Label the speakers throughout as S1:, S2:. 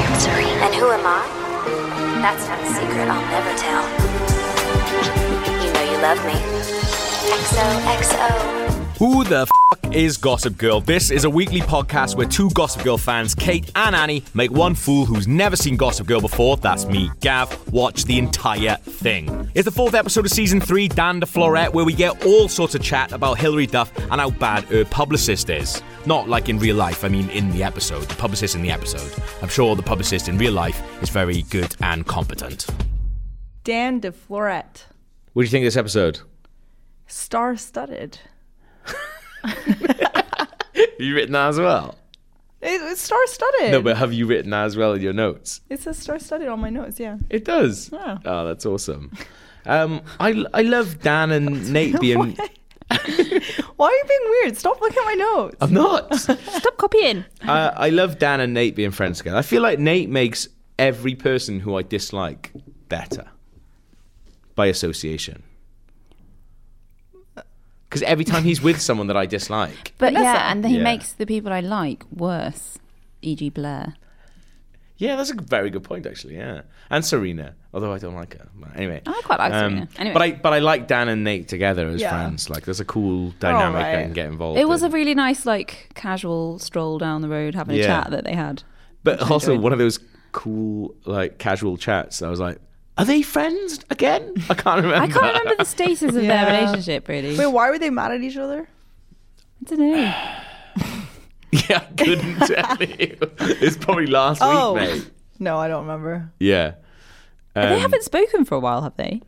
S1: And who am I? That's not a secret I'll never tell. You know you love me. XOXO.
S2: Who the f is Gossip Girl? This is a weekly podcast where two Gossip Girl fans, Kate and Annie, make one fool who's never seen Gossip Girl before, that's me, Gav, watch the entire thing. It's the fourth episode of season three, Dan the Florette, where we get all sorts of chat about Hilary Duff and how bad her publicist is. Not like in real life, I mean in the episode, the publicist in the episode. I'm sure the publicist in real life is very good and competent.
S3: Dan DeFlorette,
S2: What do you think of this episode?
S3: star studded.
S2: Have you written that as well?
S3: It, it's star studded.
S2: have you written that as well in your notes?
S3: it says star studded on my notes, yeah.
S2: It does.
S3: Yeah.
S2: Oh, that's awesome. Um, I I love Dan and Nate being.
S3: Why are you being weird? Stop looking at my notes.
S2: I'm not.
S4: Stop copying.
S2: I, I love Dan and Nate being friends together. I feel like Nate makes every person who I dislike better by association.
S4: Uh.
S2: Because every time he's with someone that I dislike,
S4: But yeah, and then he
S2: Yeah.
S4: makes the people I like worse, e.g., Blair.
S2: yeah, that's a very good point actually. Yeah, and Serena, although I don't like her. But anyway, Um,
S4: I quite like Serena. Anyway.
S2: but I but I like Dan and Nate together as
S3: Yeah.
S2: friends. Like, there's a cool dynamic I
S3: right.
S2: can get involved.
S4: It was
S2: in.
S4: a really nice, like, casual stroll down the road having
S2: Yeah.
S4: a chat that they had.
S2: But also
S4: enjoyed.
S2: one of those cool, like casual chats. I was like, are they friends again? I can't remember.
S4: I can't remember the status of
S3: Yeah.
S4: their relationship, really.
S3: Wait, why were they mad at each other?
S4: I don't know.
S2: yeah, I couldn't tell you. It's probably last
S3: Oh.
S2: week, mate.
S3: No, I don't remember.
S2: Yeah.
S4: they
S2: Um,
S4: haven't spoken for a while, have they?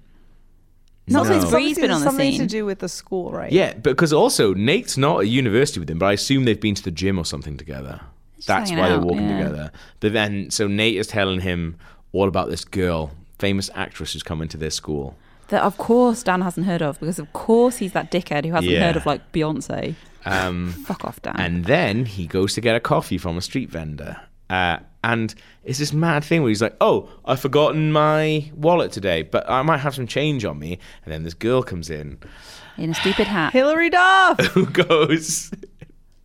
S4: Not
S2: No.
S4: since Bree's
S3: Obviously,
S4: been on
S3: there's
S4: the
S3: something to
S4: scene.
S3: do with the school, right?
S2: Yeah, because also Nate's not at university with him, but I assume they've been to the gym or something together. That's
S4: hanging
S2: why they're
S4: out,
S2: walking
S4: yeah.
S2: together. But then, so Nate is telling him all about this girl, famous actress who's coming to their school.
S4: That, of course, Dan hasn't heard of because, of course, he's that dickhead who hasn't
S2: Yeah.
S4: heard of, like, Beyonce.
S2: Um,
S4: Fuck off, Dan.
S2: And then he goes to get a coffee from a street vendor. Uh, and it's this mad thing where he's like, Oh, I've forgotten my wallet today, but I might have some change on me. And then this girl comes in
S4: In a stupid hat. Yeah,
S3: Hillary Duff.
S2: who goes,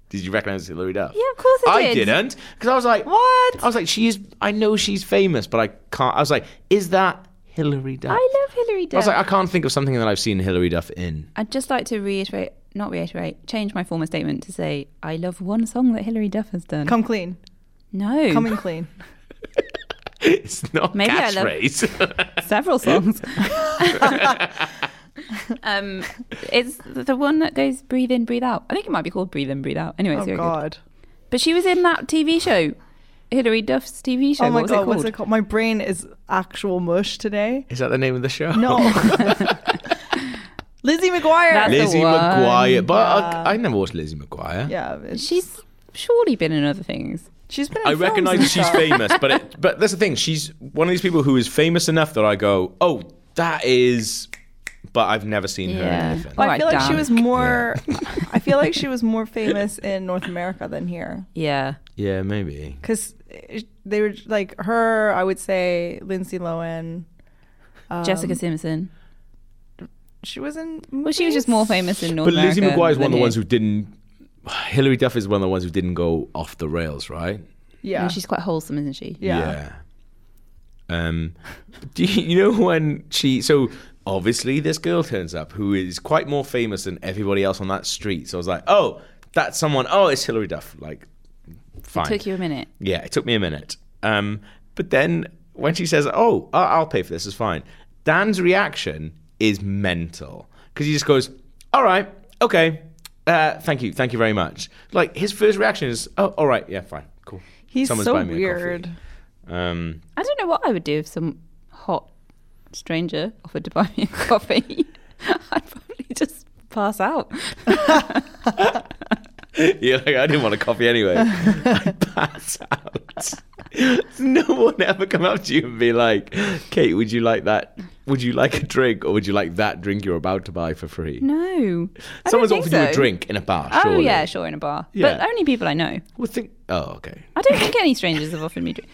S2: Did you recognize Hillary Duff?
S4: of course I did.
S2: I didn't. Because I was like, What? I was like, She is, I know she's famous, but I can't. I was like, Is that Hillary Duff?
S4: I love Hillary
S2: I was
S4: Duff.
S2: like, I can't think of something that I've seen Hillary Duff in.
S4: I'd just like to reiterate, not reiterate, change my former statement to say I love one song that Hilary Duff has done.
S3: Come clean.
S4: no,
S3: Coming clean.
S2: It's not
S4: Maybe I love-
S2: catchphrase.
S4: several songs. um, it's the one that goes breathe in, breathe out. I think it might be called breathe in, breathe out. Anyway, it's
S3: Oh
S4: very good.
S3: God.
S4: But she was in that TV show, Hilary Duff's TV show.
S3: Oh my
S4: what was
S3: God.
S4: it
S3: what's
S4: called?
S3: it called? My brain is actual mush today.
S2: is that the name of the show?
S3: No. Lizzie McGuire.
S4: That's-
S2: Lizzie
S4: the one.
S2: McGuire. But I, I never watched Lizzie McGuire.
S3: yeah. it's-
S4: She's surely been in other things.
S3: she's been. In
S2: I
S3: films
S2: recognise
S3: and
S2: that she's
S3: stuff.
S2: famous, but it, but that's the thing. She's one of these people who is famous enough that I go, oh, that is. But I've never seen her in
S4: Yeah.
S2: anything.
S3: Well, I
S4: Alright,
S3: feel like she
S4: Dan.
S3: was more. I feel like she was more famous in North America than here
S4: Yeah,
S2: yeah, maybe.
S3: because they were like her. I would say Lindsay Lohan. Um,
S4: Jessica Simpson.
S3: She was in.
S4: Well, she was just more famous in North
S2: But Lizzie
S4: America
S2: McGuire is one
S4: than
S2: of the ones
S4: here.
S2: who didn't. Hillary Duff is one of the ones who didn't go off the rails, right?
S3: Yeah.
S4: And she's quite wholesome, isn't she?
S3: yeah.
S2: Yeah. Um, do you, you know when she? So obviously, this girl turns up who is quite more famous than everybody else on that street. So I was like, oh, that's someone. Oh, it's Hillary Duff. Like, fine.
S4: Took you a minute.
S2: Yeah, it took me a minute. Um, but then when she says, "Oh, I- I'll pay for this. It's fine," Dan's reaction is mental because he just goes, "All right, okay, uh, thank you, thank you very much." Like his first reaction is, "Oh, all right, yeah, fine, cool."
S3: He's
S2: Someone's
S3: so
S2: buying me a coffee.
S3: weird.
S2: Um,
S4: I don't know what I would do if some hot stranger offered to buy me a coffee. I'd probably just pass out.
S2: yeah, like I didn't want a coffee anyway. I pass out. no one ever come up to you and be like, "Kate, would you like that? Would you like a drink, or would you like that drink you're about to buy for free?"
S4: No. I
S2: Someone's
S4: don't
S2: offered
S4: think
S2: you a
S4: so.
S2: drink in a bar.
S4: Oh
S2: surely.
S4: yeah, sure in a bar,
S2: Yeah.
S4: but only people I know.
S2: Well, think. Oh, okay.
S4: I don't think any strangers have offered me drink.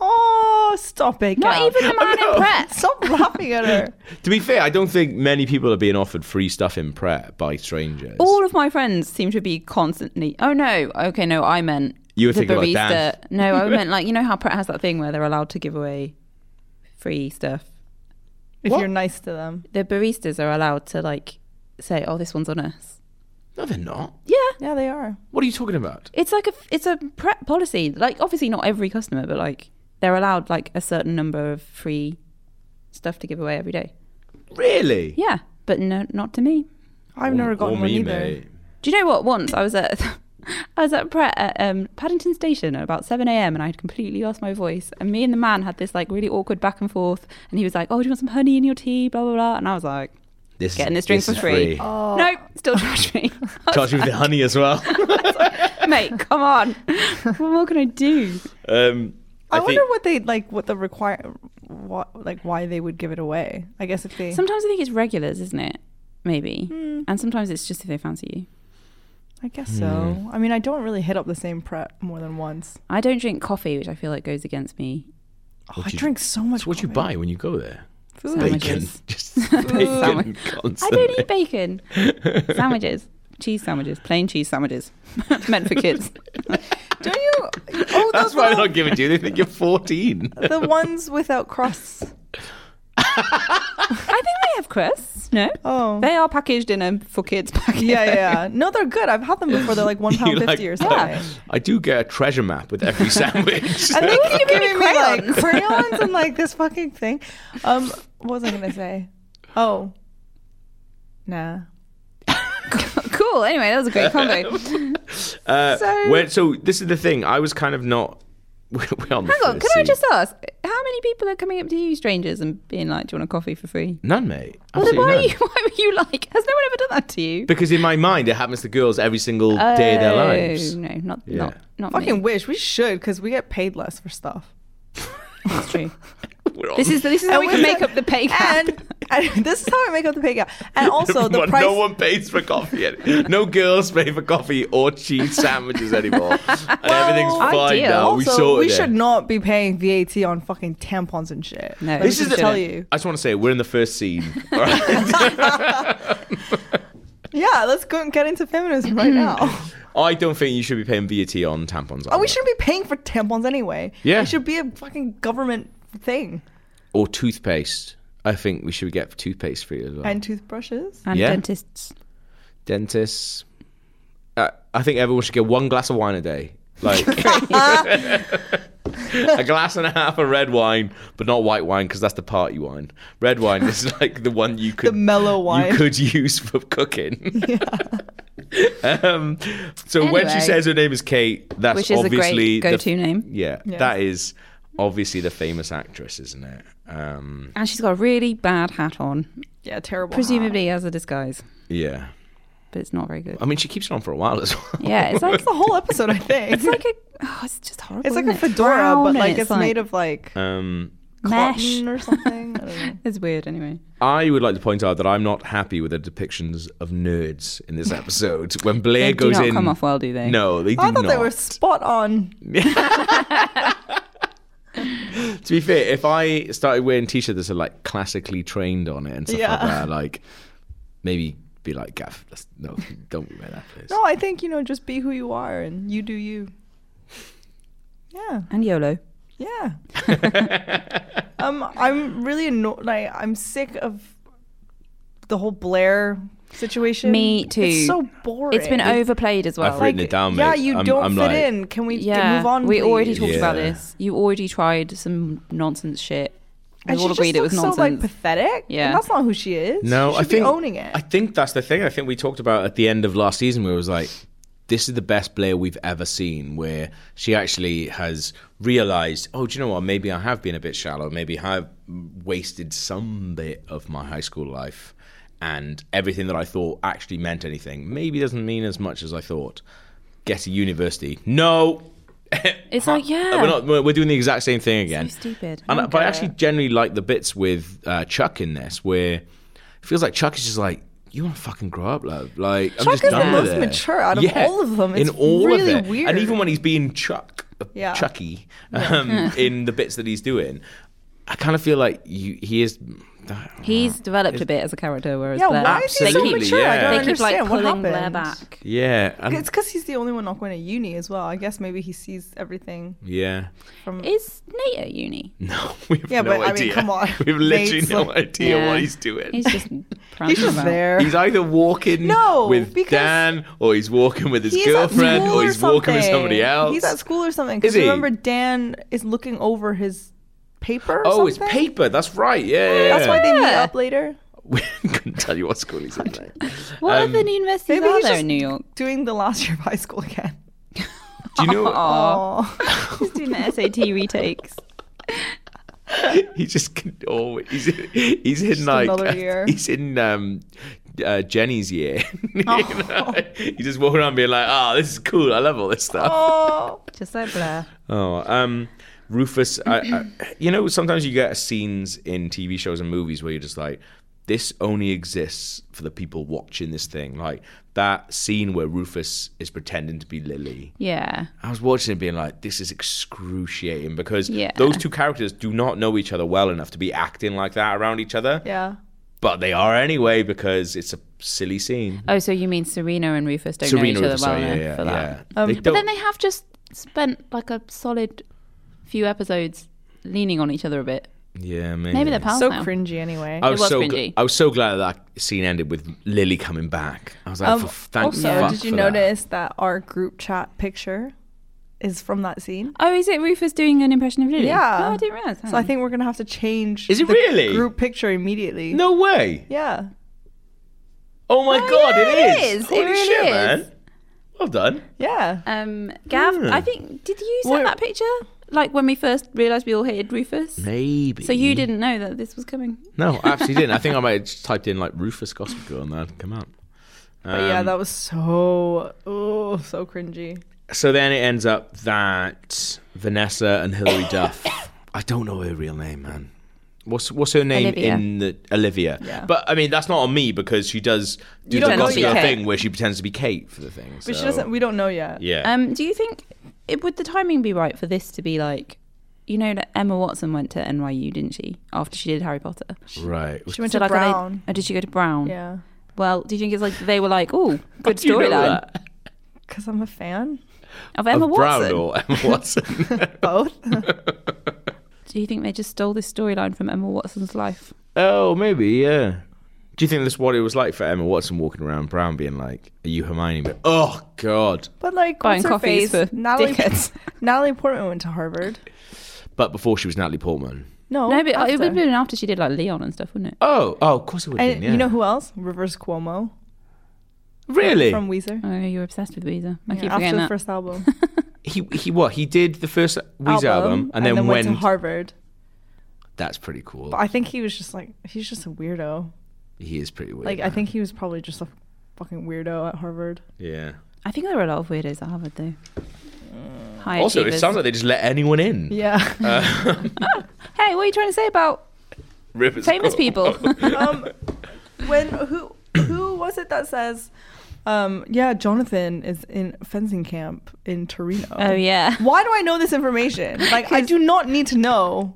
S3: Oh, stop it!
S4: Not
S3: Gav.
S4: even the man
S2: know.
S4: in prep.
S3: Stop laughing at her.
S2: To be fair, I don't think many people are being offered free stuff in prep by strangers.
S4: All of my friends seem to be constantly. Oh no. Okay, no, I meant
S2: You were
S4: the
S2: thinking about Dan.
S4: barista. No, I meant like you know how Pratt has that thing where they're allowed to give away free stuff.
S3: if
S2: What?
S3: you're nice to them.
S4: The baristas are allowed to like say, "Oh, this one's on us."
S2: No, they're not.
S4: Yeah,
S3: Yeah, they are.
S2: What are you talking about?
S4: it's like a it's a Pratt policy. Like obviously not every customer, but like they're allowed like a certain number of free stuff to give away every day.
S2: Really?
S4: Yeah, but no, not to me.
S3: I've never gotten one either.
S4: Do you know what? Once I was at I was at Pret at um, Paddington Station at about seven a.m. and I had completely lost my voice. And me and the man had this like really awkward back and forth. And he was like, "Oh, do you want some honey in your tea?" Blah blah blah. And I was like,
S2: This
S4: "Getting this drink
S2: is
S4: for free." Oh.
S2: free.
S3: Oh.
S4: Nope, still trash me. I was
S2: Charge me with the honey as well.
S4: like, Mate, come on. what more can I do?
S2: um,
S3: I,
S2: I,
S3: wonder
S2: think
S3: what they like. What the require, what like why they would give it away. I guess if they
S4: Sometimes I think it's regulars, isn't it? Maybe. And sometimes it's just if they fancy you.
S3: I guess
S2: Hmm.
S3: so. I mean, I don't really hit up the same prep more than once.
S4: I don't drink coffee, which I feel like goes against me.
S3: Oh, I
S2: you-
S3: drink so much.
S2: so what you
S3: coffee.
S2: buy when you go there?
S3: Food.
S2: Bacon.
S4: Sandwiches.
S2: Just bacon
S4: I don't
S2: constantly.
S4: eat bacon. sandwiches. Cheese sandwiches. Plain cheese sandwiches. Meant for kids.
S3: Don't you? Oh,
S2: That's
S3: those
S2: why they're
S3: little,
S2: not giving it to you. They think you're 14.
S3: the ones without crusts.
S4: I think they have crusts. No.
S3: Oh.
S4: They are packaged in a for kids package.
S3: Yeah, yeah. yeah. No, they're good. I've had them before. They're like one pound
S2: You like
S3: fifty or something.
S2: that? I do get a treasure map with every sandwich.
S3: And they keep giving
S4: give me
S3: me like
S4: crayons.
S3: crayons and like this fucking thing. Um, what was I gonna say? Oh, nah.
S4: cool. Anyway, that was a great combo.
S2: Uh,
S3: So-
S2: where- so this is the thing. I was kind of not. We're on the
S4: Hang
S2: first
S4: on, can I
S2: scene.
S4: just ask, how many people are coming up to you, strangers, and being like, "Do you want a coffee for free?"
S2: None, mate.
S4: Well, then
S2: Absolutely
S4: why, are
S2: none.
S4: you, why were you like? Has no one ever done that to you?
S2: Because in my mind, it happens to girls every single day of their lives.
S4: Oh, No, not
S2: Yeah.
S4: not not
S3: Fucking
S4: me.
S3: wish we should because we get paid less for stuff.
S4: It's true.
S2: We're on-
S4: This is this is how we can
S3: we-
S4: make up the pay gap.
S3: And, and this is how I make up the pay gap. And also the
S2: But
S3: price.
S2: No one pays for coffee. any- No girls pay for coffee or cheese sandwiches anymore. And everything's fine
S4: ideal.
S2: now. we
S3: Oh, also,
S2: sorted
S3: we
S2: it.
S3: should not be paying VAT on fucking tampons and shit.
S4: No,
S3: Let me
S4: This
S3: just
S4: is the-
S3: tell you.
S2: I just want to say we're in the first scene. All right?
S3: Yeah, let's go and get into feminism right now.
S2: I don't think you should be paying VAT on tampons.
S3: Oh, we
S2: either.
S3: shouldn't be paying for tampons anyway.
S2: Yeah.
S3: It should be a fucking government thing.
S2: Or toothpaste. I think we should get toothpaste free as well.
S3: And toothbrushes.
S4: And
S2: Yeah.
S4: dentists.
S2: dentists. Uh, I think everyone should get one glass of wine a day. Like a glass and a half of red wine, but not white wine because that's the party wine. Red wine is like the one you could
S3: The mellow wine.
S2: you could use for cooking. um, so when she
S4: Anyway.
S2: says her name is Kate, that's
S4: Which is a great
S2: obviously the-
S4: go-to name.
S2: Yeah,
S3: Yeah.
S2: that is obviously the famous actress, isn't it? Um,
S4: And she's got a really bad hat on,
S3: Yeah, terrible.
S4: presumably as a disguise,
S2: yeah,
S4: but it's not very good.
S2: I mean she keeps it on for a while as well.
S4: Yeah, it's like
S3: It's the whole episode, I think.
S4: it's like a oh, it's just horrible.
S3: It's like
S4: isn't
S3: a
S4: it?
S3: fedora,
S4: Brown
S3: but
S4: and
S3: like it's, made of like
S2: Um,
S4: mesh.
S3: cotton or something. I don't know.
S4: It's weird anyway.
S2: I would like to point out that I'm not happy with the depictions of nerds in this episode. When Blair
S4: They do
S2: goes
S4: not
S2: in,
S4: come off well, do they?
S2: No, they do
S3: Oh, I thought
S2: not.
S3: they were spot on.
S2: To be fair, if I started wearing t-shirts that said like classically trained on it and stuff like
S3: Yeah.
S2: that, like maybe be like, Gaff, let's, no, don't wear that, please.
S3: No, I think you know, just be who you are and you do you. Yeah,
S4: And YOLO.
S3: yeah. um, I'm really annoyed. Like, I'm sick of the whole Blair situation.
S4: Me too.
S3: It's so boring.
S4: It's been overplayed as well.
S2: I've written it down,
S3: yeah,
S2: mate.
S3: you
S2: I'm-
S3: don't
S2: I'm
S3: fit
S2: like-
S3: in. Can we
S4: yeah,
S3: move on?
S4: we already
S3: please?
S4: talked about
S2: Yeah.
S4: this. You already tried some nonsense shit. We
S3: And she
S4: all
S3: just
S4: agreed it was
S3: looks
S4: nonsense.
S3: so like pathetic.
S4: Yeah.
S3: and that's not who she is.
S2: No,
S3: she
S2: I
S3: should be
S2: think
S3: owning it.
S2: I think that's the thing. I think we talked about at the end of last season where it was like, this is the best Blair we've ever seen, where she actually has realized, oh, do you know what? Maybe I have been a bit shallow. Maybe I've wasted some bit of my high school life, and everything that I thought actually meant anything maybe doesn't mean as much as I thought. Get to university. No,
S4: It's like, yeah.
S2: we're not. We're we're doing the exact same thing again.
S4: stupid. I
S2: And I,
S4: don't
S2: but I
S4: get
S2: actually generally like the bits with uh, Chuck in this, where it feels like Chuck is just like, "You want to fucking grow up, love." Like I'm
S3: Chuck
S2: just
S3: is
S2: done
S3: the
S2: with
S3: most
S2: it.
S3: mature out of all of them.
S2: in
S3: It's
S2: all
S3: really
S2: of it.
S3: weird.
S2: And even when he's being Chuck, uh,
S3: Yeah.
S2: Chucky, um, in the bits that he's doing, I kind of feel like you, he is.
S4: He's developed a bit as a character, whereas
S3: Yeah,
S4: Blair,
S3: why is he
S4: they
S3: so
S4: keep,
S3: mature? I
S2: yeah.
S3: don't
S4: they keep
S3: understand
S4: like
S3: what
S4: pulling Blair
S3: happened.
S4: back.
S2: Yeah, and-
S3: It's because he's the only one not going to uni as well. I guess maybe he sees everything
S2: yeah.
S3: from.
S4: Is Nate at uni?
S2: No, we have
S3: Yeah,
S2: no
S3: but I mean,
S2: idea.
S3: come on.
S2: We have literally
S3: Nate's
S2: no
S3: like-
S2: idea
S4: Yeah.
S2: what he's doing.
S4: He's just
S3: he's
S4: prancing
S3: just
S4: about.
S3: there.
S2: He's either walking
S3: No,
S2: with
S3: because-
S2: Dan, or he's walking with his
S3: He's at
S2: girlfriend,
S3: school
S2: or he's walking with somebody
S3: something.
S2: else.
S3: He's at school or something.
S2: Is
S3: Because
S2: he?
S3: remember, Dan is looking over his paper. Or
S2: oh, it's
S3: something?
S2: paper. That's right. Yeah, yeah,
S3: That's why they meet
S4: Yeah.
S3: up later.
S2: We couldn't tell you what school he's in. mate.
S4: What
S2: Um,
S4: other universities
S3: maybe
S4: are
S3: he's
S4: there
S3: just-
S4: in New York?
S3: Doing the last year of high school again.
S2: Do you
S4: Oh.
S3: Oh.
S2: know?
S4: Aww.
S2: Oh.
S3: Aw.
S4: He's doing the SAT retakes.
S2: he just can oh, he's he's in like
S3: another year.
S2: he's in um uh, Jenny's year. You
S3: Oh.
S2: know? He just walk around being like, "Oh, this is cool. I love all this stuff."
S3: Aw.
S4: Just like Blair.
S2: Oh, um, Rufus, I, I, you know, sometimes you get scenes in TV shows and movies where you're just like, this only exists for the people watching this thing. Like that scene where Rufus is pretending to be Lily.
S4: Yeah.
S2: I was watching it being like, this is excruciating because
S4: Yeah.
S2: those two characters do not know each other well enough to be acting like that around each other,
S3: yeah.
S2: but they are anyway because it's a silly scene.
S4: Oh, so you mean Serena and Rufus don't
S2: Serena
S4: know each
S2: Rufus,
S4: other well
S2: sorry, yeah,
S4: enough
S2: yeah,
S4: for that. Um,
S2: yeah. They
S4: But
S2: don't-
S4: then they have just spent like a solid few episodes leaning on each other a bit.
S2: yeah,
S4: Maybe they're pals
S3: So
S4: now.
S3: cringy anyway.
S2: I was,
S4: was
S2: so
S4: cringy.
S2: gl- I was so glad that that scene ended with Lily coming back. I was like, for f- thank
S3: Um, also,
S2: fuck
S3: did you
S2: for that.
S3: notice that. our group chat picture is from that scene?
S4: Oh, is it Rufus doing an impression of Lily?
S3: Yeah.
S4: Oh, I didn't realize.
S3: So I think we're gonna have to change.
S2: Is it
S3: the
S2: really?
S3: group picture immediately?
S2: No way!
S3: Yeah.
S2: Oh my god,
S4: yeah,
S2: it
S4: it
S2: is!
S4: is. It
S2: Holy
S4: really
S2: shit,
S4: is.
S2: man! Well done.
S3: Yeah.
S4: Um, Gav,
S2: Hmm.
S4: I think did you
S3: What-
S4: send that picture? Like when we first realised we all hated Rufus.
S2: Maybe.
S4: So you didn't know that this was coming.
S2: No, I absolutely didn't. I think I might have just typed in like Rufus Gossip Girl and that'd come up.
S3: But yeah,
S2: Um,
S3: that was so oh so cringy.
S2: So then it ends up that Vanessa and Hilary Duff. I don't know her real name, man. What's what's her name
S4: Olivia.
S2: in the Olivia?
S3: Yeah.
S2: But I mean, that's not on me because she does do
S3: You
S2: the
S3: don't know
S2: Gossip
S3: yet.
S2: Girl thing where she pretends to be Kate for the thing.
S3: But she
S2: so-
S3: doesn't. We don't know yet.
S2: Yeah.
S4: Um, do you think it would the timing be right for this to be like, you know, that Emma Watson went to NYU, didn't she? After she did Harry Potter,
S2: right.
S3: She went
S4: So,
S3: to
S4: like, are they-
S3: Brown.
S4: oh, did she go to Brown?
S3: Yeah.
S4: Well, do you think it's like they were like, oh, good
S2: Do you know
S4: storyline
S2: that?
S3: Because I'm a fan.
S4: of Emma
S2: of
S4: Watson?
S2: Brown or Emma Watson.
S3: Both.
S4: Do you think they just stole this storyline from Emma Watson's life?
S2: oh, maybe, yeah. Do you think that's what it was like for Emma Watson walking around Brown being like, Are you Hermione? But, oh, God.
S3: But like,
S4: Buying
S3: what's her
S4: coffees
S3: face?
S4: for
S3: Natalie,
S4: dickheads.
S3: Natalie Portman went to Harvard.
S2: But before she was Natalie Portman.
S3: No.
S4: no, but uh,
S3: after.
S4: it would have been after she did like Leon and stuff, wouldn't it?
S2: Oh, oh, of course it would have
S3: And
S2: been, yeah.
S3: you know who else? Reverse Cuomo
S2: really?
S3: from Weezer.
S4: Oh, you're obsessed with Weezer. I keep
S3: Yeah, after
S4: forgetting
S3: the
S4: that.
S3: first album,
S2: he, he what? He did the first Weezer album, and, then,
S3: went
S2: went.
S3: to Harvard.
S2: that's pretty cool.
S3: But I think he was just like he's just a weirdo.
S2: he is pretty weird.
S3: Like I think he was probably just a fucking weirdo at Harvard.
S2: Yeah.
S4: I think there were a lot of weirdos at Harvard, though. High
S2: Mm. Also, it
S4: achievers.
S2: sounds like they just let anyone in.
S3: Yeah.
S4: hey, what are you trying to say about
S2: Rivers
S4: famous
S2: Cuomo.
S4: people?
S3: um, when who who was it that says, um, yeah, Jonathan is in fencing camp in Torino.
S4: oh yeah.
S3: Why do I know this information? Like, I do not need to know.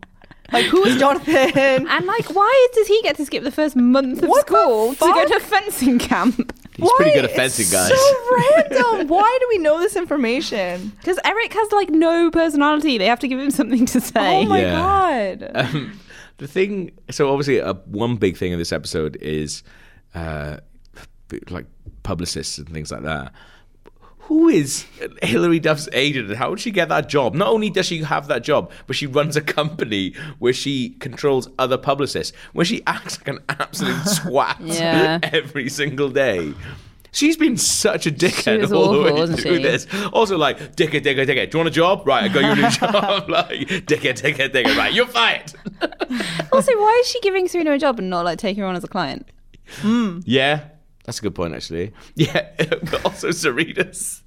S3: Like, who is Jonathan?
S4: And like, why does he get to skip the first month of
S3: What the
S4: school to go
S3: fuck?
S4: to fencing camp?
S2: He's pretty
S3: Why?
S2: good at fencing,
S3: It's
S2: guys.
S3: So random. Why do we know this information?
S4: Because Eric has like no personality. They have to give him something to
S3: Oh
S4: say.
S3: my
S2: Yeah.
S3: god.
S2: Um, the thing, so obviously, uh, one big thing of this episode is uh, b- like publicists and things like that. Who is Hillary Duff's agent, and how did she get that job? Not only does she have that job, but she runs a company where she controls other publicists, where she acts like an absolute swat
S4: Yeah.
S2: every single day. She's been such a dickhead
S4: was
S2: all the
S4: awful,
S2: way
S4: wasn't
S2: through
S4: she?
S2: this. Also, like, dickhead, dickhead, dickhead. Do you want a job? Right, I got you a new job. Like, dickhead, dickhead, dickhead. Right, you're fired.
S4: Also, why is she giving Serena a job and not like taking her on as a client?
S2: Yeah, that's a good point, actually. Yeah, but also Serena's.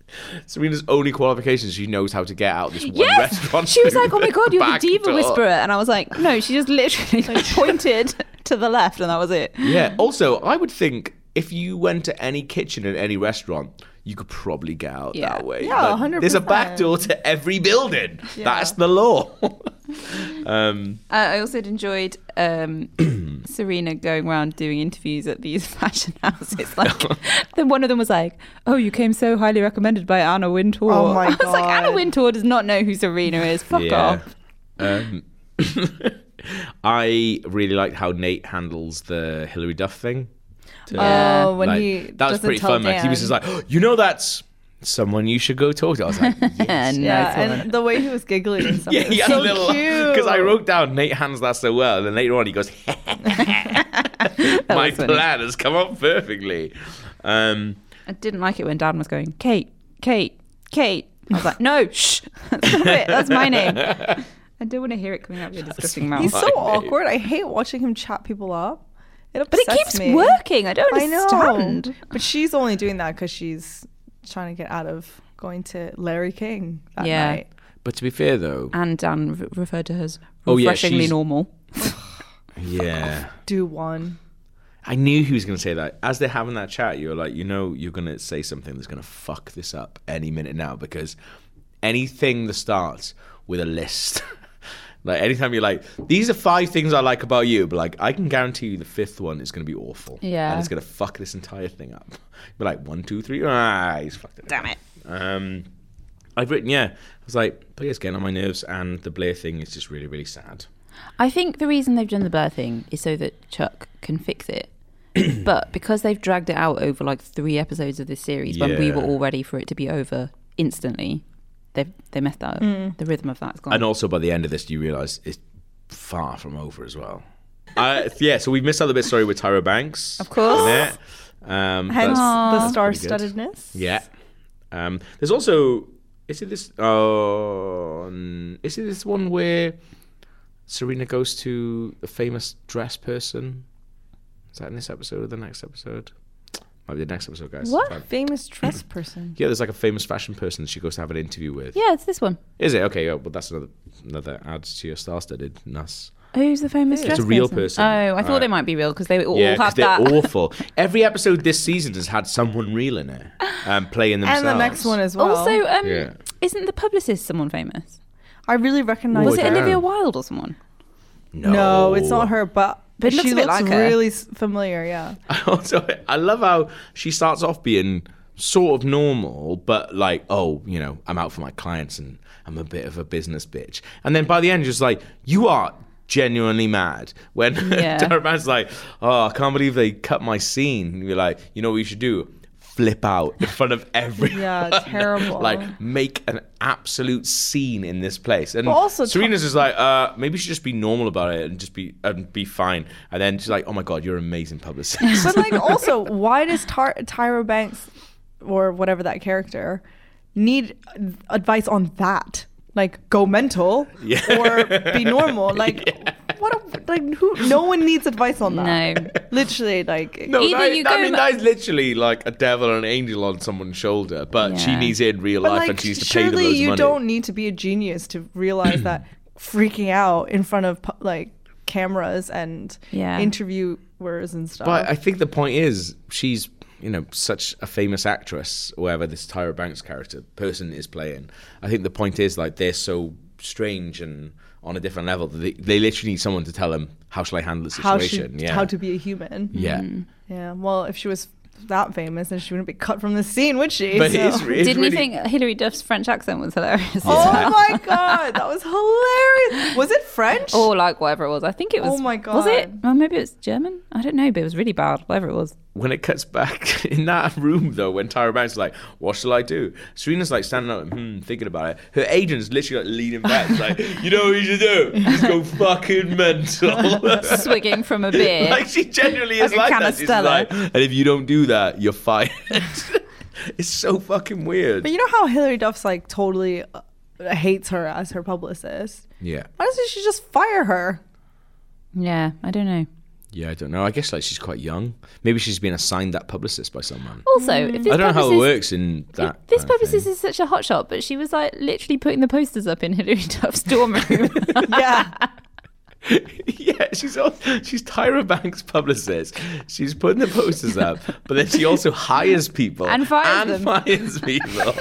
S2: Serena's only qualification is she knows how to get out of this one
S4: Yes,
S2: restaurant.
S4: she was
S2: through
S4: like, "Oh my
S2: the
S4: god, you're the
S2: back
S4: diva
S2: door."
S4: whisperer," and I was like, "No, she just literally like, pointed to the left, and that was it."
S2: Yeah. Also, I would think if you went to any kitchen in any restaurant, you could probably get out
S4: Yeah.
S2: that way.
S3: Yeah,
S2: Like, There's a back
S3: 100%.
S2: door to every building. That's the law. Um,
S4: Uh, I also enjoyed um, Serena going around doing interviews at these fashion houses. Like, then one of them was like, "Oh, you came so highly recommended by Anna Wintour."
S3: Oh my
S4: I was like, Anna
S3: God.
S4: Wintour does not know who Serena is. Fuck off.
S2: Um, I really liked how Nate handles the Hillary Duff thing.
S4: Yeah.
S3: Oh, when
S2: Like,
S3: he
S2: that was
S3: doesn't
S2: pretty
S3: tell
S2: fun. Like, he was
S3: Dan.
S2: just like, "Oh, you know, that's someone you should go talk to. I was like, yes.
S4: And
S3: yeah,
S4: nice woman.
S3: and the way he was giggling and stuff.
S2: Yeah,
S3: it
S2: he had
S3: was so
S2: a little
S3: cute.
S2: because I wrote down Nate handles that so well, and then later on he goes, "My
S4: was funny.
S2: plan has come up perfectly." Um,
S4: I didn't like it when Dan was going, Kate, Kate, Kate. I was like, no, shh, stop it. That's my name. I don't want to hear it coming out of your disgusting mouth.
S3: He's so
S2: name.
S3: awkward. I hate watching him chat people up. It
S4: but
S3: upsets
S4: it keeps
S3: me.
S4: working. I don't
S3: I
S4: understand.
S3: know, but she's only doing that because she's trying to get out of going to Larry King that
S4: Yeah.
S3: night.
S2: but to be fair, though,
S4: And Dan re- referred to her as
S2: Oh, yeah,
S4: refreshingly
S2: she's-
S4: normal.
S2: yeah,
S3: Do one.
S2: I knew he was going to say that. As they're having that chat, you're like, you know, you're going to say something that's going to fuck this up any minute now because anything that starts with a list, like anytime you're like, these are five things I like about you, but like, I can guarantee you the fifth one is going to be awful.
S4: Yeah.
S2: And it's going to fuck this entire thing up. But like, one, two, three, ah, he's fucked it up.
S4: Damn it.
S2: Um, I've written, yeah. I was like, Blair's getting on my nerves, and the Blair thing is just really, really sad.
S4: I think the reason they've done the Blair thing is so that Chuck can fix it. but because they've dragged it out over like three episodes of this series when we
S2: Yeah.
S4: were all ready for it to be over instantly, they've they messed that up. The rhythm of that's gone.
S2: And also by the end of this, you realise it's far from over as well. uh, yeah, so we missed out the bit story with Tyra Banks. Of
S4: course.
S2: Um,
S3: Hence
S2: that's-
S3: the star
S2: pretty good.
S3: studdedness.
S2: yeah. Um, there's also, is it this, oh, n- is it this one where Serena goes to a famous dress person? Is that in this episode or the next episode? Might be the next episode, guys.
S4: What?
S3: Famous dress person.
S2: Yeah, there's like a famous fashion person she goes to have an interview with.
S4: yeah, it's this one.
S2: Is it? Okay, yeah, well, that's another another add to your star-studdedness.
S4: Who's the famous?
S2: It's a real person.
S4: Oh, I thought
S2: Uh,
S4: they might be real because they all
S2: Yeah, 'cause
S4: had
S2: they're
S4: that.
S2: awful. Every episode this season has had someone real in it, um, playing themselves.
S3: And the next one as well.
S4: also, um,
S2: Yeah.
S4: isn't the publicist someone famous?
S3: I really recognize
S2: Oh,
S4: Was it
S2: damn.
S4: Olivia Wilde or someone?
S2: No,
S3: No, it's not her, but,
S4: But it looks
S3: she
S4: a bit
S3: looks
S4: like her.
S3: really s familiar. Yeah.
S2: I also, I love how she starts off being sort of normal, but like, oh, you know, I'm out for my clients and I'm a bit of a business bitch. And then by the end, just like, you are genuinely mad. When
S4: Yeah.
S2: Tara Man's like, oh, I can't believe they cut my scene. And you're like, you know what you should do? Flip out in front of everyone.
S3: Yeah, terrible.
S2: like, make an absolute scene in this place. And
S3: But also-
S2: Serena's just like, uh, maybe she should just be normal about it and just be and be fine. And then she's like, oh my god, you're an amazing publicist.
S3: But like, also, why does Tar- Tyra Banks or whatever that character need advice on that? Like, go mental or be normal. Like, what? A, like, who? No one needs advice on that.
S4: No.
S3: Literally, like,
S2: No,
S4: Either
S2: that,
S4: you
S2: I
S4: go
S2: mean
S4: ma-
S2: that is literally like a devil and an angel on someone's shoulder, but she
S4: Yeah.
S2: needs it in real
S3: But
S2: life
S3: like,
S2: and she needs to pay them
S3: surely
S2: those
S3: you
S2: money.
S3: don't need to be a genius to realize that freaking out in front of pu- like cameras and
S4: Yeah.
S3: interviewers and stuff.
S2: But I think the point is she's you know such a famous actress, whoever this Tyra Banks character person is playing. I think the point is like they're so strange and on a different level. that They, they literally need someone to tell them how shall I handle the
S3: how
S2: situation.
S3: should
S2: yeah,
S3: how to Mm. be a human?
S2: yeah.
S3: Yeah. Well, if she was that famous, then she wouldn't be cut from the scene, would she?
S2: But
S3: So-
S2: it's, it's
S4: Didn't
S2: really,
S4: you think Hilary Duff's French accent was hilarious?
S3: Oh my god, that was hilarious. Was it French?
S4: Or like whatever it was. I think it was.
S3: Oh my
S4: Was it?
S3: God.
S4: Well, maybe it was German. I don't know, but it was really bad. Whatever it was.
S2: when it cuts back in that room though, when Tyra Banks is like, "What shall I do?" Serena's like standing up, hmm, thinking about it. Her agent's literally like leaning back, It's like, "You know what you should do? Just go fucking mental."
S4: Swigging from a beer.
S2: like she genuinely is
S4: Like
S2: like,
S4: a
S2: that. She's
S4: Canistella.
S2: like, and if you don't do that, you're fired. it's so fucking weird.
S3: But you know how Hillary Duff's like totally uh, hates her as her publicist.
S2: yeah,
S3: Why doesn't she just fire her?
S4: yeah, I don't know.
S2: yeah. I don't know. I guess like she's quite young. Maybe she's been assigned that publicist by someone.
S4: Also, if this
S2: I don't know how it works
S4: publicist-
S2: in that.
S4: This
S2: kind of
S4: publicist
S2: thing.
S4: is such a hotshot, but she was like literally putting the posters up in Hilary Duff's dorm room.
S3: Yeah.
S2: yeah, she's al- she's Tyra Banks' publicist. She's putting the posters up, but then she also hires people
S4: And fires
S2: and
S4: them.
S2: fires people.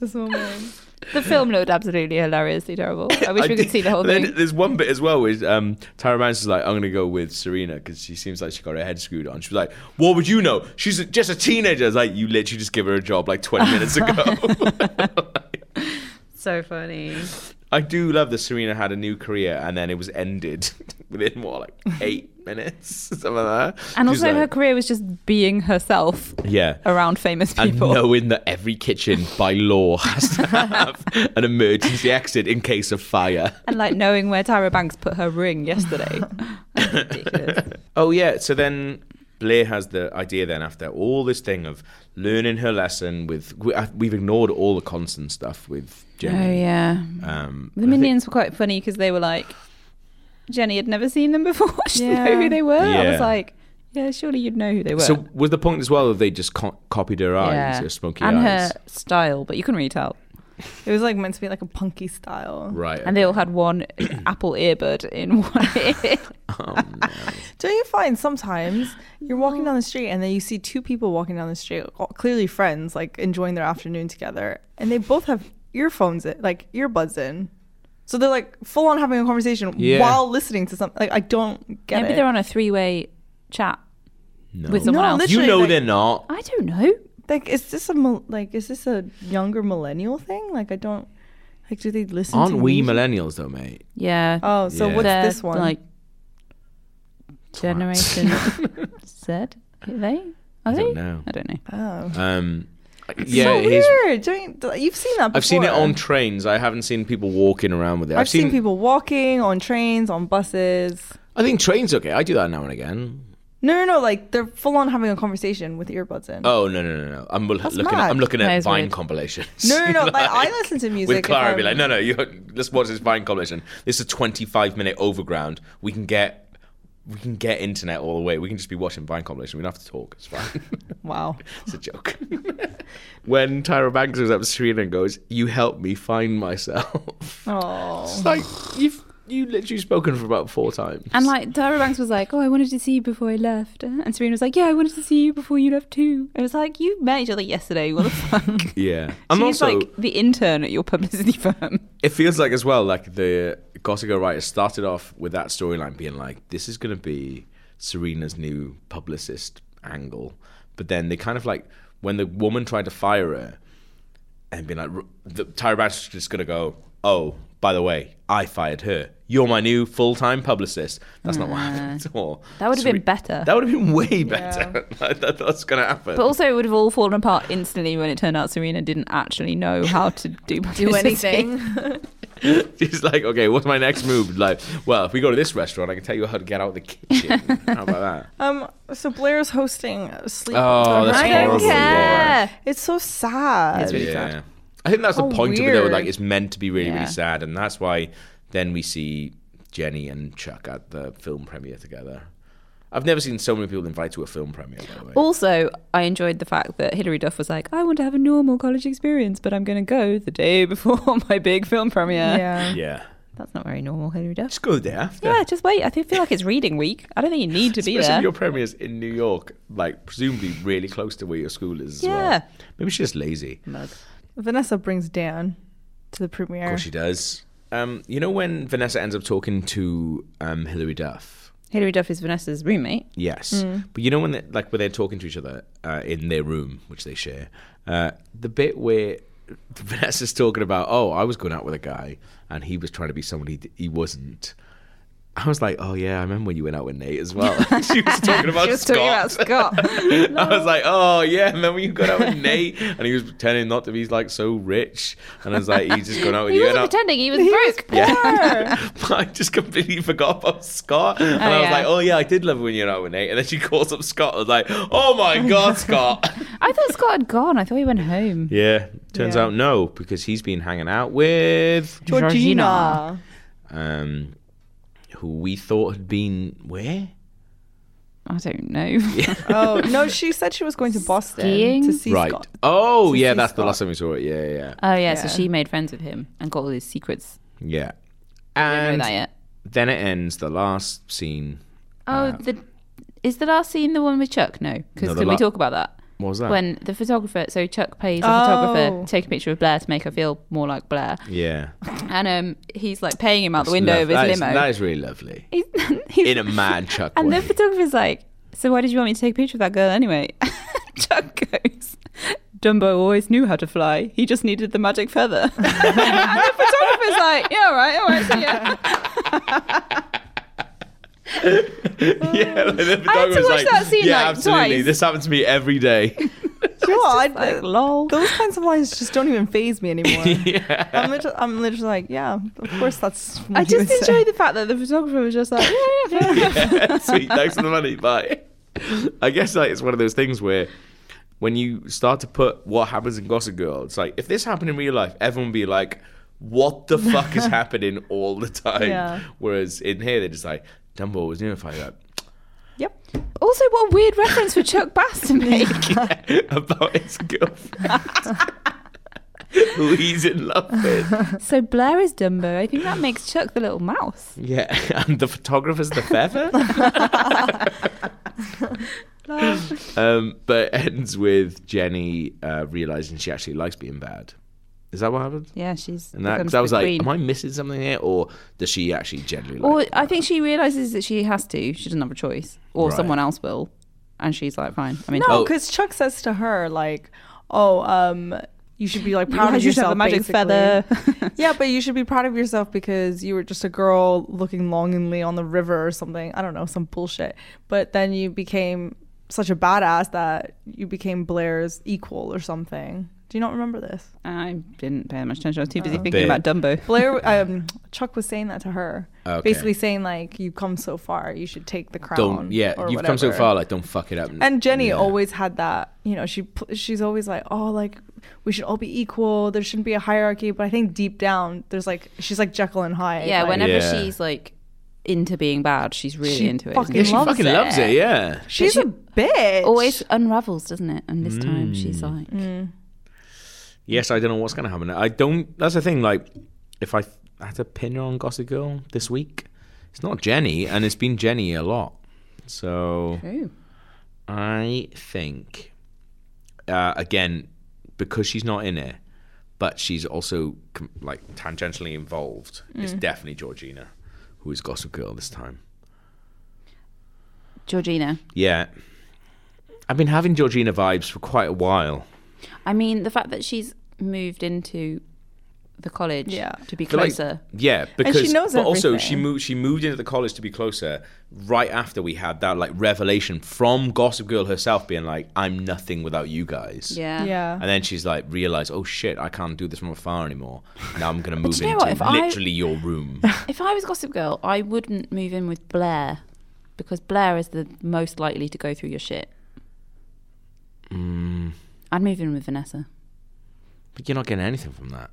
S3: this woman.
S4: The film looked absolutely hilariously terrible. I wish we could
S2: did-
S4: see the whole
S2: then
S4: thing.
S2: There's one bit as well where um, Tyra Banks is like, I'm going to go with Serena because she seems like she got her head screwed on. She was like, What would you know? She's just a teenager. It's like, You literally just give her a job like 20 minutes ago.
S4: So funny.
S2: I do love that Serena had a new career and then it was ended within what, like eight minutes? Something like that.
S4: And
S2: She was
S4: also, her
S2: like,
S4: career was just being herself
S2: Yeah.
S4: around famous
S2: And
S4: people.
S2: knowing that every kitchen by law has to have an emergency exit in case of fire.
S4: and like knowing where Tyra Banks put her ring yesterday. That's ridiculous.
S2: Oh yeah. So then Blair has the idea then after all this thing of learning her lesson with we, uh, we've ignored all the constant stuff with
S4: Oh
S2: Jenny.
S4: yeah,
S2: Um,
S4: the minions were quite funny because they were like, Jenny had never seen them before. she didn't know
S3: Yeah.
S4: who they were. I
S2: Yeah.
S4: was like, yeah, surely you'd know who they were.
S2: so was the point as well that they just co- copied her eyes,
S4: yeah.
S2: her smoky
S4: and
S2: eyes,
S4: her style, but you couldn't really tell.
S3: It was like meant to be like a punky style.
S2: right?
S4: And they all had one apple earbud in one ear.
S3: Don't you find sometimes you're walking down the street and then you see two people walking down the street, all- clearly friends, like enjoying their afternoon together, and they both have earphones, in, like earbuds in. So they're like full on having a conversation
S2: Yeah.
S3: while listening to something. Like I don't get
S4: Maybe
S3: it.
S4: they're on a three-way chat
S2: No.
S4: with someone
S3: No,
S4: else.
S3: literally-
S2: you know
S3: like-
S2: they're not.
S4: I don't know.
S3: like, is this a mil- like is this a younger millennial thing? Like I don't like. Do they listen?
S2: Aren't
S3: to
S2: we
S3: music?
S2: millennials though, mate?
S4: Yeah.
S3: Oh, so
S2: Yeah.
S3: what's
S4: They're,
S3: this one?
S4: Like Generation Z? Are they? Are
S2: I
S4: they?
S2: don't know.
S4: I don't know.
S3: oh,
S2: Um, yeah,
S3: so
S2: it is.
S3: weird. Don't you, you've seen that? Before.
S2: I've seen it on trains. I haven't seen people walking around with it.
S3: I've, seen, people walking on trains, on buses.
S2: I think trains okay. I do that now and again.
S3: No, no, no. Like they're full on having a conversation with earbuds in.
S2: Oh no no no no! I'm l- looking. At,
S3: mad.
S2: I'm looking
S4: That
S2: at
S4: is
S2: Vine
S4: weird.
S2: compilations.
S3: No, no, no, like, I listen to music
S2: with
S3: if
S2: Clara. Be like,
S3: I'm-
S2: no, no, you, let's watch this Vine compilation. This is a 25 minute overground. We can get, we can get internet all the way. We can just be watching Vine compilation. We don't have to talk. It's fine.
S3: Wow.
S2: it's a joke. when Tyra Banks was up to Serena and goes, "You help me find myself."
S3: Oh.
S2: It's like you've you literally spoken for about four times.
S4: And like Tyra Banks was like, "Oh, I wanted to see you before I left," and Serena was like, "Yeah, I wanted to see you before you left too." It was like you met each other yesterday. What the fuck?
S2: yeah, and
S4: She's
S2: also
S4: like the intern at your publicity firm.
S2: it feels like as well like the Gossip Girl writers started off with that storyline being like this is going to be Serena's new publicist angle, but then they kind of like when the woman tried to fire her and being like the, Tyra Banks is just going to go oh by the way I fired her you're my new full time publicist that's not what happened at all
S4: That would have been
S2: Sere-
S4: better.
S2: that would have been way better I thought that's going to happen
S4: But also, it would have all fallen apart instantly when it turned out Serena didn't actually know how to
S3: Do
S4: do publicity.
S3: anything.
S2: She's like, okay, what's my next move? Like, well, if we go to this restaurant, I can tell you how to get out of the kitchen. how about that?
S3: um. So Blair's hosting a sleep.
S2: Oh, that's
S3: I don't
S2: horrible,
S3: care.
S2: yeah.
S3: It's so sad.
S4: It's really sad.
S2: I think that's the
S3: How
S2: point of it, though.
S3: weird.
S2: Like, it's meant to be really,
S4: Yeah.
S2: really sad, and that's why then we see Jenny and Chuck at the film premiere together. I've never seen so many people invited to a film premiere. By the way,
S4: Also, I enjoyed the fact that Hilary Duff was like, "I want to have a normal college experience, but I'm going to go the day before my big film premiere."
S3: yeah.
S2: yeah,
S4: That's not very normal, Hilary Duff.
S2: just go the day after.
S4: Yeah, just wait. I feel like it's reading week. I don't think you need to be
S2: Especially
S4: there.
S2: your premieres in New York, like presumably really close to where your school is. As
S4: Yeah.
S2: well. maybe she's just lazy.
S3: Vanessa brings Dan to the
S2: Of
S3: premiere.
S2: course she does. Um, you know when Vanessa ends up talking to um, Hilary Duff?
S4: Hilary Duff is Vanessa's roommate.
S2: Yes,
S4: Hmm.
S2: but you know when they, like when they're talking to each other uh, in their room, which they share, uh, the bit where Vanessa's talking about, oh, I was going out with a guy and he was trying to be someone he d- he wasn't. I was like, oh yeah, I remember when you went out with Nate as well. she was talking about
S4: She was
S2: Scott.
S4: talking about Scott.
S2: I was like, oh yeah, remember when you got out with Nate and he was pretending not to be like so rich, and I was like, he's just going out with
S4: he
S2: you. And
S4: wasn't
S2: I-
S4: pretending. He was
S3: He was
S4: broke.
S3: poor.
S2: But I just completely forgot about Scott. And I was
S4: yeah.
S2: like, oh, yeah, I did love when you're out with Nate. And then she calls up Scott. I was like, oh my God, Scott.
S4: I thought Scott had gone. I thought he went home.
S2: yeah. Turns
S3: Yeah.
S2: out no, because he's been hanging out with.
S3: Georgina.
S2: Um, who we thought had been where?
S4: I don't know. Yeah.
S3: oh no, she said she was going to Boston
S4: Skiing?
S3: to see
S2: right.
S3: Scott.
S2: Oh, yeah,
S3: see
S2: that's the
S3: Scott.
S2: last time we saw it. Yeah, yeah, yeah.
S4: Oh yeah, so
S3: Yeah.
S4: she made friends with him and got all his secrets.
S2: yeah.
S4: I don't
S2: And
S4: know that yet.
S2: then it ends the last scene.
S4: Uh, Oh, the is the last scene the one with Chuck? No,
S2: No,
S4: because
S2: the
S4: did
S2: la-
S4: we talk about that?
S2: What was that?
S4: When the photographer, so Chuck pays the
S3: Oh.
S4: photographer to take a picture of Blair to make her feel more like Blair,
S2: yeah.
S4: and um, he's like paying him out the window of his
S2: That is-
S4: limo.
S2: that is really lovely.
S4: He's- he's-
S2: In a mad Chuck
S4: And
S2: way.
S4: the photographer's like, "So why did you want me to take a picture of that girl anyway?" Chuck goes, "Dumbo always knew how to fly. He just needed the magic feather." and the photographer's like, "Yeah, all right, all right, see ya."
S2: yeah, like the
S4: Oh. I had to
S2: photographer's
S4: watch that scene,
S2: yeah,
S4: like,
S2: absolutely.
S4: twice."
S2: This happens to me every day.
S3: God,
S4: Like, lol.
S3: those kinds of lines just don't even phase me anymore. I'm, literally, I'm literally like, yeah, of course that's. What
S4: I
S3: you
S4: just
S3: would say.
S4: enjoyed the fact that the photographer was just like, "Yeah, yeah, yeah."
S2: Sweet, thanks for the money. Bye. I guess like it's one of those things where when you start to put what happens in Gossip Girl, it's like if this happened in real life, everyone would be like, "What the fuck is happening all the time?"
S3: Yeah.
S2: Whereas in here, they're just like, "Dumbo was unified up
S3: Yep.
S4: Also, what a weird reference for Chuck Bass to make.
S2: about his girlfriend." Who he's in love with.
S4: so Blair is Dumbo. I think that makes Chuck the little mouse.
S2: Yeah. And the photographer's the feather. Um, but it ends with Jenny uh, realizing she actually likes being bad. Is that what happened?
S4: yeah, she's.
S2: And that,
S4: becomes
S2: cause I was
S4: the
S2: like,
S4: queen.
S2: am I missing something here, or does she actually generally like?
S4: Or I think she realizes that she has to. She doesn't have a choice, or
S2: Right.
S4: someone else will, and she's like, "Fine." I mean,
S3: No,
S2: Oh.
S3: because Chuck says to her like, "Oh, um, you should be like proud
S4: Yeah,
S3: of
S4: you should
S3: yourself."
S4: have a magic
S3: basically.
S4: feather.
S3: yeah, but you should be proud of yourself because you were just a girl looking longingly on the river or something. I don't know, some bullshit. But then you became such a badass that you became Blair's equal or something. Do you not remember this?
S4: I didn't pay that much attention. I was too busy thinking
S2: Bit.
S4: about Dumbo.
S3: Blair, um, Chuck was saying that to her,
S2: Okay.
S3: basically saying like, "You've come so far, you should take the crown."
S2: don't yeah,
S3: or
S2: you've come so
S3: whatever.
S2: far, like don't fuck it up.
S3: And Jenny
S2: Yeah.
S3: always had that, you know, she pl- she's always like, "Oh, like we should all be equal. There shouldn't be a hierarchy." But I think deep down, there's like she's like Jekyll and Hyde.
S4: Yeah,
S3: like,
S4: whenever
S2: Yeah.
S4: she's like into being bad, she's really
S3: She
S4: into it.
S3: fucking
S2: yeah,
S4: isn't
S2: she
S3: loves
S2: fucking
S3: it.
S2: loves it. Yeah,
S3: she's
S4: she
S3: a bitch.
S4: Always unravels, doesn't it? And this time she's
S2: Mm.
S4: like,
S2: yes, I don't know what's gonna happen. I don't. That's the thing. Like, if I had to pin her on Gossip Girl this week, it's not Jenny, and it's been Jenny a lot. So
S4: "Ooh,
S2: I think, uh, again, because she's not in it, but she's also com- like tangentially involved. It's definitely Georgina, who is Gossip Girl this time.
S4: Georgina."
S2: Yeah, I've been having Georgina vibes for quite a while.
S4: I mean, the fact that she's moved into the college
S3: Yeah.
S4: to be
S2: I feel like-
S4: closer.
S2: yeah, because
S3: knows
S2: but also she
S3: everything.
S2: moved she moved into the college to be closer right after we had that like revelation from Gossip Girl herself being like, "I'm nothing without you guys."
S4: yeah.
S3: yeah.
S2: And then she's like, realize, oh shit, I can't do this from afar anymore. Now I'm gonna move
S4: you know
S2: into
S4: what? If I-
S2: literally your room.
S4: If I was Gossip Girl, I wouldn't move in with Blair because Blair is the most likely to go through your shit.
S2: Mm.
S4: I'd move in with Vanessa.
S2: but you're not getting anything from that.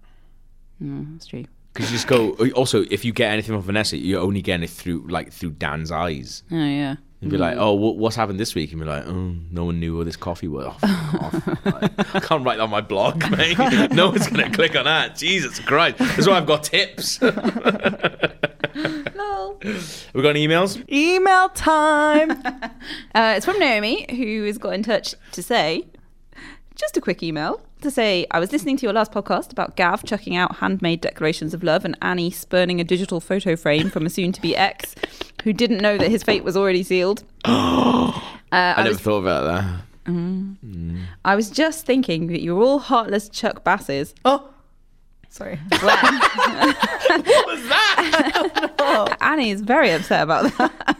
S4: Mm, that's true.
S2: Because you just go. uh, Also, if you get anything from Vanessa, you're only getting it through like through Dan's eyes.
S4: Oh yeah.
S2: You'd be like, oh, wh- what's happened this week? You'd be like, oh, no one knew what this coffee was. Oh, fuck off. Like, I can't write that on my blog, mate. No one's gonna click on that. Jesus Christ. That's why I've got tips. Have we got any emails?
S3: Email time.
S4: Uh, it's from Naomi, who has got in touch to say, just a quick email to say, I was listening to your last podcast about Gav chucking out handmade declarations of love and Annie spurning a digital photo frame from a soon to be ex who didn't know that his fate was already sealed. uh,
S2: I,
S4: I,
S2: never
S4: was,
S2: thought about that.
S4: I was just thinking that you were all heartless Chuck Basses.
S3: oh, sorry.
S4: Annie is very upset about that.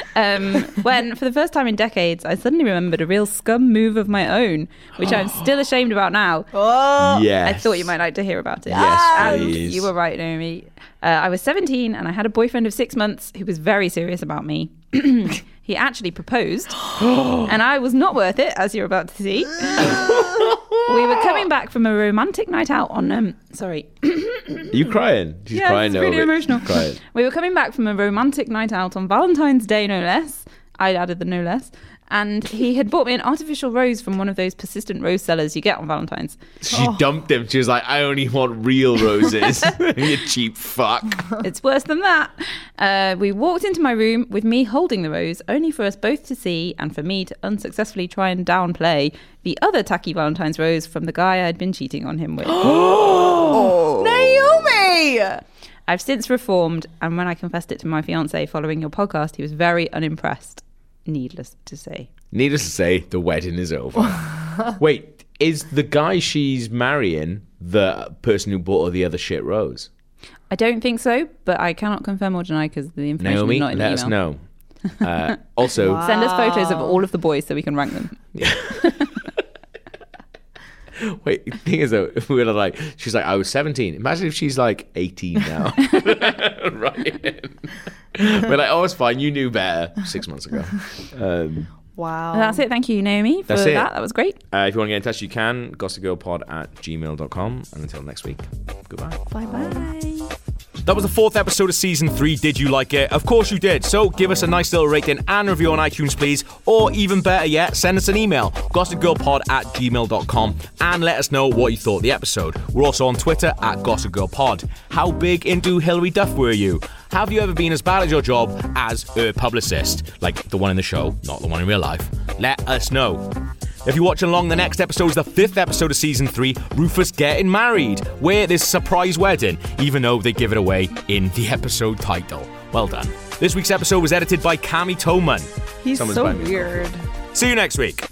S4: um, when, for the first time in decades, I suddenly remembered a real scum move of my own, which I'm still ashamed about now.
S2: Oh. yes.
S4: I thought you might like to hear about it.
S2: Yes,
S4: And
S2: please.
S4: You were right, Naomi. Uh, I was 17 and I had a boyfriend of six months who was very serious about me. he actually proposed, and I was not worth it, as you're about to see. we were coming back from a romantic night out on, um, sorry,
S2: Are you crying? She's
S4: Yes,
S2: crying
S4: it's
S2: now.
S4: really
S2: Rich.
S4: emotional.
S2: She's Crying.
S4: we were coming back from a romantic night out on Valentine's Day, no less. I added the no less. And he had bought me an artificial rose from one of those persistent rose sellers you get on Valentine's.
S2: She
S4: Oh.
S2: dumped him. She was like, I only want real roses. you cheap fuck.
S4: it's worse than that. Uh, we walked into my room with me holding the rose, only for us both to see and for me to unsuccessfully try and downplay the other tacky Valentine's rose from the guy I'd been cheating on him with.
S5: Naomi!
S4: I've since reformed, and when I confessed it to my fiance following your podcast, he was very unimpressed. Needless to say.
S3: Needless to say, the wedding is over. Wait, is the guy she's marrying the person who bought her the other shit rose?
S4: I don't think so, but I cannot confirm or deny because the information
S3: Naomi,
S4: is not
S3: let
S4: in the email.
S3: us know. Uh, also,
S4: Send us photos of all of the boys so we can rank them.
S3: wait. The thing is, though, we were like, she's like, I was seventeen. Imagine if she's like eighteen now, right? we're like, oh, it's fine. You knew better six months ago. Um,
S5: Wow.
S4: That's it. Thank you, Naomi, for
S3: That's it.
S4: that. That was great.
S3: uh, if you want to get in touch, you can gossipgirlpod at gmail.com. And until next week, goodbye.
S5: Bye bye.
S2: That was the fourth episode of season three. Did you like it? Of course you did. So give us a nice little rating and review on iTunes, please. Or even better yet, send us an email, gossipgirlpod at gmail.com, and let us know what you thought of the episode. We're also on Twitter at gossipgirlpod. How big into Hillary Duff were you? Have you ever been as bad at your job as a publicist? Like the one in the show, not the one in real life. Let us know. If you're watching along, the next episode is the fifth episode of season three Rufus Getting Married, where there's a surprise wedding, even though they give it away in the episode title. Well done. This week's episode was edited by Cami Toman.
S5: He's
S3: Someone's
S5: so
S3: buying me a coffee.
S5: weird.
S2: See you next week.